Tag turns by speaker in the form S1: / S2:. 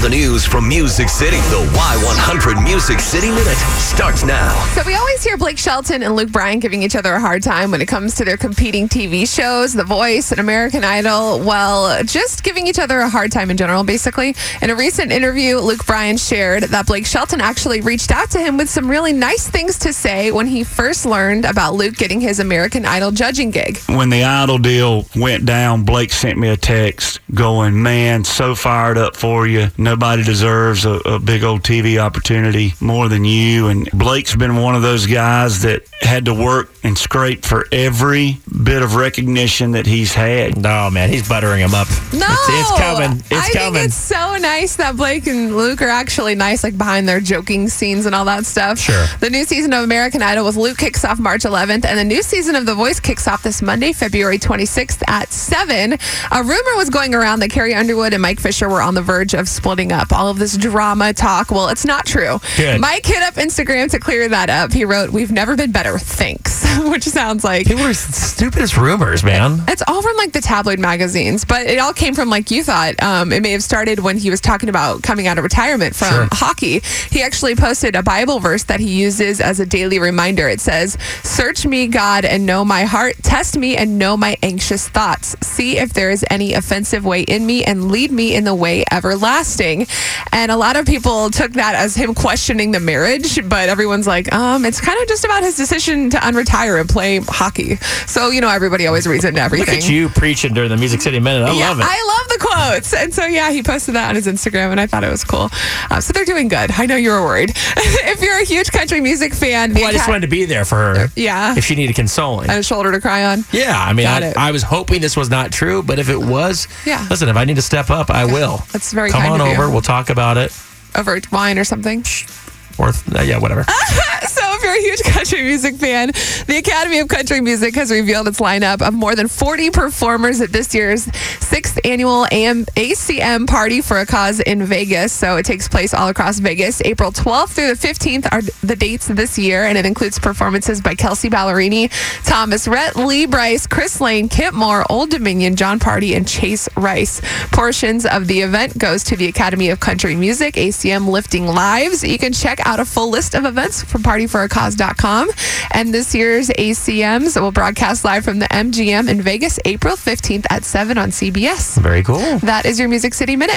S1: the news from Music City. The Y100 Music City Minute starts now.
S2: So we always hear Blake Shelton and Luke Bryan giving each other a hard time when it comes to their competing TV shows, The Voice and American Idol. Well, just giving each other a hard time in general, basically. In a recent interview, Luke Bryan shared that Blake Shelton actually reached out to him with some really nice things to say when he first learned about Luke getting his American Idol judging gig.
S3: when the idol deal went down, Blake sent me a text going, Man, so fired up for you. Nobody deserves a, a big old TV opportunity more than you. And Blake's been one of those guys that had to work and scrape for every bit of recognition that he's had.
S4: No, man, he's buttering him up.
S2: No,
S4: It's, it's coming. It's
S2: I
S4: coming.
S2: think it's so nice that Blake and Luke are actually nice, like behind their joking scenes and all that stuff.
S4: Sure.
S2: The new season of American Idol with Luke kicks off March 11th, and the new season of The Voice kicks off this Monday, February 26th at seven. A rumor was going around that Carrie Underwood and Mike Fisher were on the verge of splitting up. All of this drama talk. Well, it's not true.
S4: Good.
S2: Mike hit up Instagram to clear that up. He wrote, "We've never been better. Thanks," which sounds like
S4: People are s- stupidest rumors, man.
S2: it's all from like the tabloid magazines, but it all came from like you thought. Um, it may have started when he was talking about coming out of retirement from
S4: Sure.
S2: hockey. He actually posted a Bible verse that he uses as a daily reminder. It says, Search me, God, and know my heart. Test me and know my anxious thoughts. See if there is any offensive way in me and lead me in the way everlasting. And a lot of people took that as him questioning the marriage, but everyone's like, um, it's kind of just about his decision to unretire and play hockey. So, you know, everybody always reads into everything.
S4: Look at you preaching during the Music City Minute. I
S2: yeah,
S4: love it.
S2: I love the quotes. And so, yeah, he posted that on his Instagram, and I thought it was cool. Uh, so they're doing good. I know you were worried. if you're a huge country music fan, the
S4: well, I just
S2: Acad-
S4: wanted to be there for her.
S2: yeah,
S4: If she needed consoling.
S2: and a shoulder to cry on.
S4: yeah, I mean,
S2: Got
S4: I,
S2: it.
S4: I was hoping this was not true, but if it was,
S2: Yeah.
S4: listen, if I need to step up, I will.
S2: That's very
S4: Come
S2: kind
S4: on
S2: of you.
S4: over. We'll talk about it.
S2: Over wine or something.
S4: Or, uh, yeah, whatever.
S2: Ah! So, if you're a huge country music fan, the Academy of Country Music has revealed its lineup of more than 40 performers at this year's sixth annual AM- ACM Party for a Cause in Vegas. So, it takes place all across Vegas. April 12th through the 15th are the dates this year, and it includes performances by Kelsey Ballerini, Thomas Rhett, Lee Bryce, Chris Lane, Kip Moore, Old Dominion, John Party, and Chase Rice. Portions of the event goes to the Academy of Country Music, ACM Lifting Lives. You can check out a full list of events from partyforacause.com. And this year's ACMs will broadcast live from the MGM in Vegas, April 15th at 7 on CBS.
S4: Very cool.
S2: That is your Music City Minute.